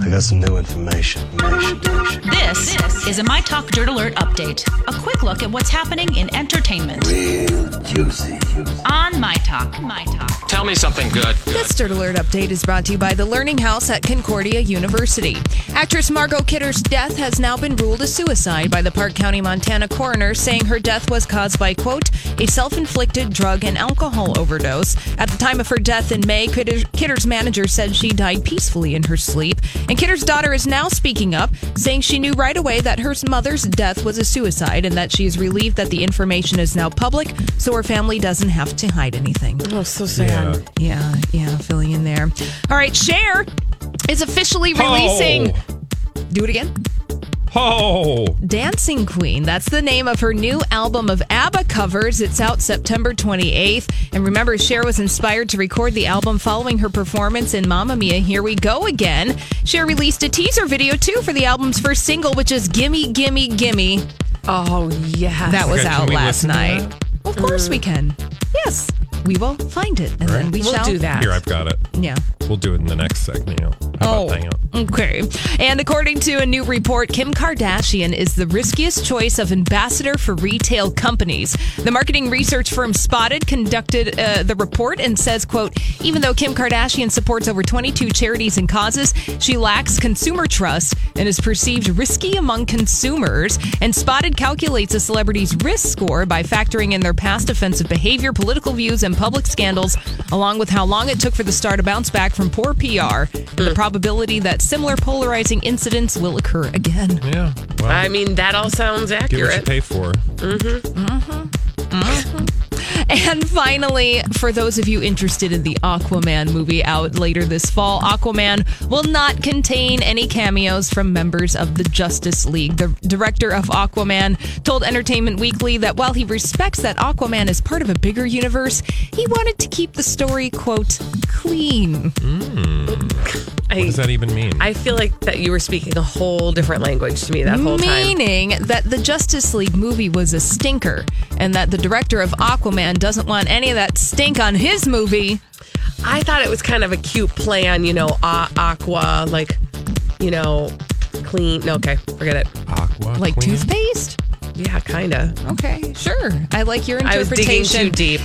I got some new information. information, information. This, is a My Talk Dirt Alert update. A quick look at what's happening in entertainment Real juicy. on My Talk. My Talk. Tell me something good. This Dirt Alert update is brought to you by the Learning House at Concordia University. Actress Margot Kidder's death has now been ruled a suicide by the Park County, Montana coroner, saying her death was caused by, quote, a self inflicted drug and alcohol overdose. At the time of her death in May, Kidder, Kidder's manager said she died peacefully in her sleep. And Kidder's daughter is now speaking up, saying she knew right away that her mother's death was a suicide and that she is relieved that the information is now public so her family doesn't have to hide anything. Oh, so sad. Yeah, yeah, filling in there. All right, Cher is officially releasing. Do it again. Oh, Dancing Queen. That's the name of her new album of ABBA covers. It's out September 28th. And remember, Cher was inspired to record the album following her performance in Mamma Mia, Here We Go Again. Cher released a teaser video, too, for the album's first single, which is Gimme, Gimme, Gimme. Oh, yeah. That was Okay, can out we last listen to night. Of course we can. Yes, we will find it. And then we We'll shall. do that. here I've got it. Yeah. Oh. We'll do it in the next segment. How about that? okay. And according to a new report, Kim Kardashian is the riskiest choice of ambassador for retail companies. The marketing research firm Spotted conducted uh, the report and says, "quote Even though Kim Kardashian supports over 22 charities and causes, she lacks consumer trust and is perceived risky among consumers." And Spotted calculates a celebrity's risk score by factoring in their past offensive behavior, political views, and public scandals, along with how long it took for the star to bounce back from poor PR and the probability that similar polarizing incidents will occur again. Yeah. Well, I mean, that all sounds get what you accurate. pay for. And finally, for those of you interested in the Aquaman movie out later this fall, Aquaman will not contain any cameos from members of the Justice League. The director of Aquaman told Entertainment Weekly that while he respects that Aquaman is part of a bigger universe, he wanted to keep the story, quote, clean. What does I, that even mean? I feel like that you were speaking a whole different language to me that whole time. Meaning that the Justice League movie was a stinker and that the director of Aquaman doesn't want any of that stink on his movie. I thought it was kind of a cute play on, you know, a- aqua, like, you know, clean. No, okay, forget it. Aqua Like Queen? toothpaste? Yeah, kind of. Okay, sure. I like your I was digging interpretation. too deep.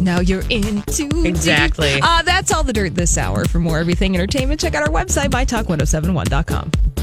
Now you're into Exactly. oh Uh, that's all the dirt this hour. For more everything entertainment, check out our website, mytalk1071.com.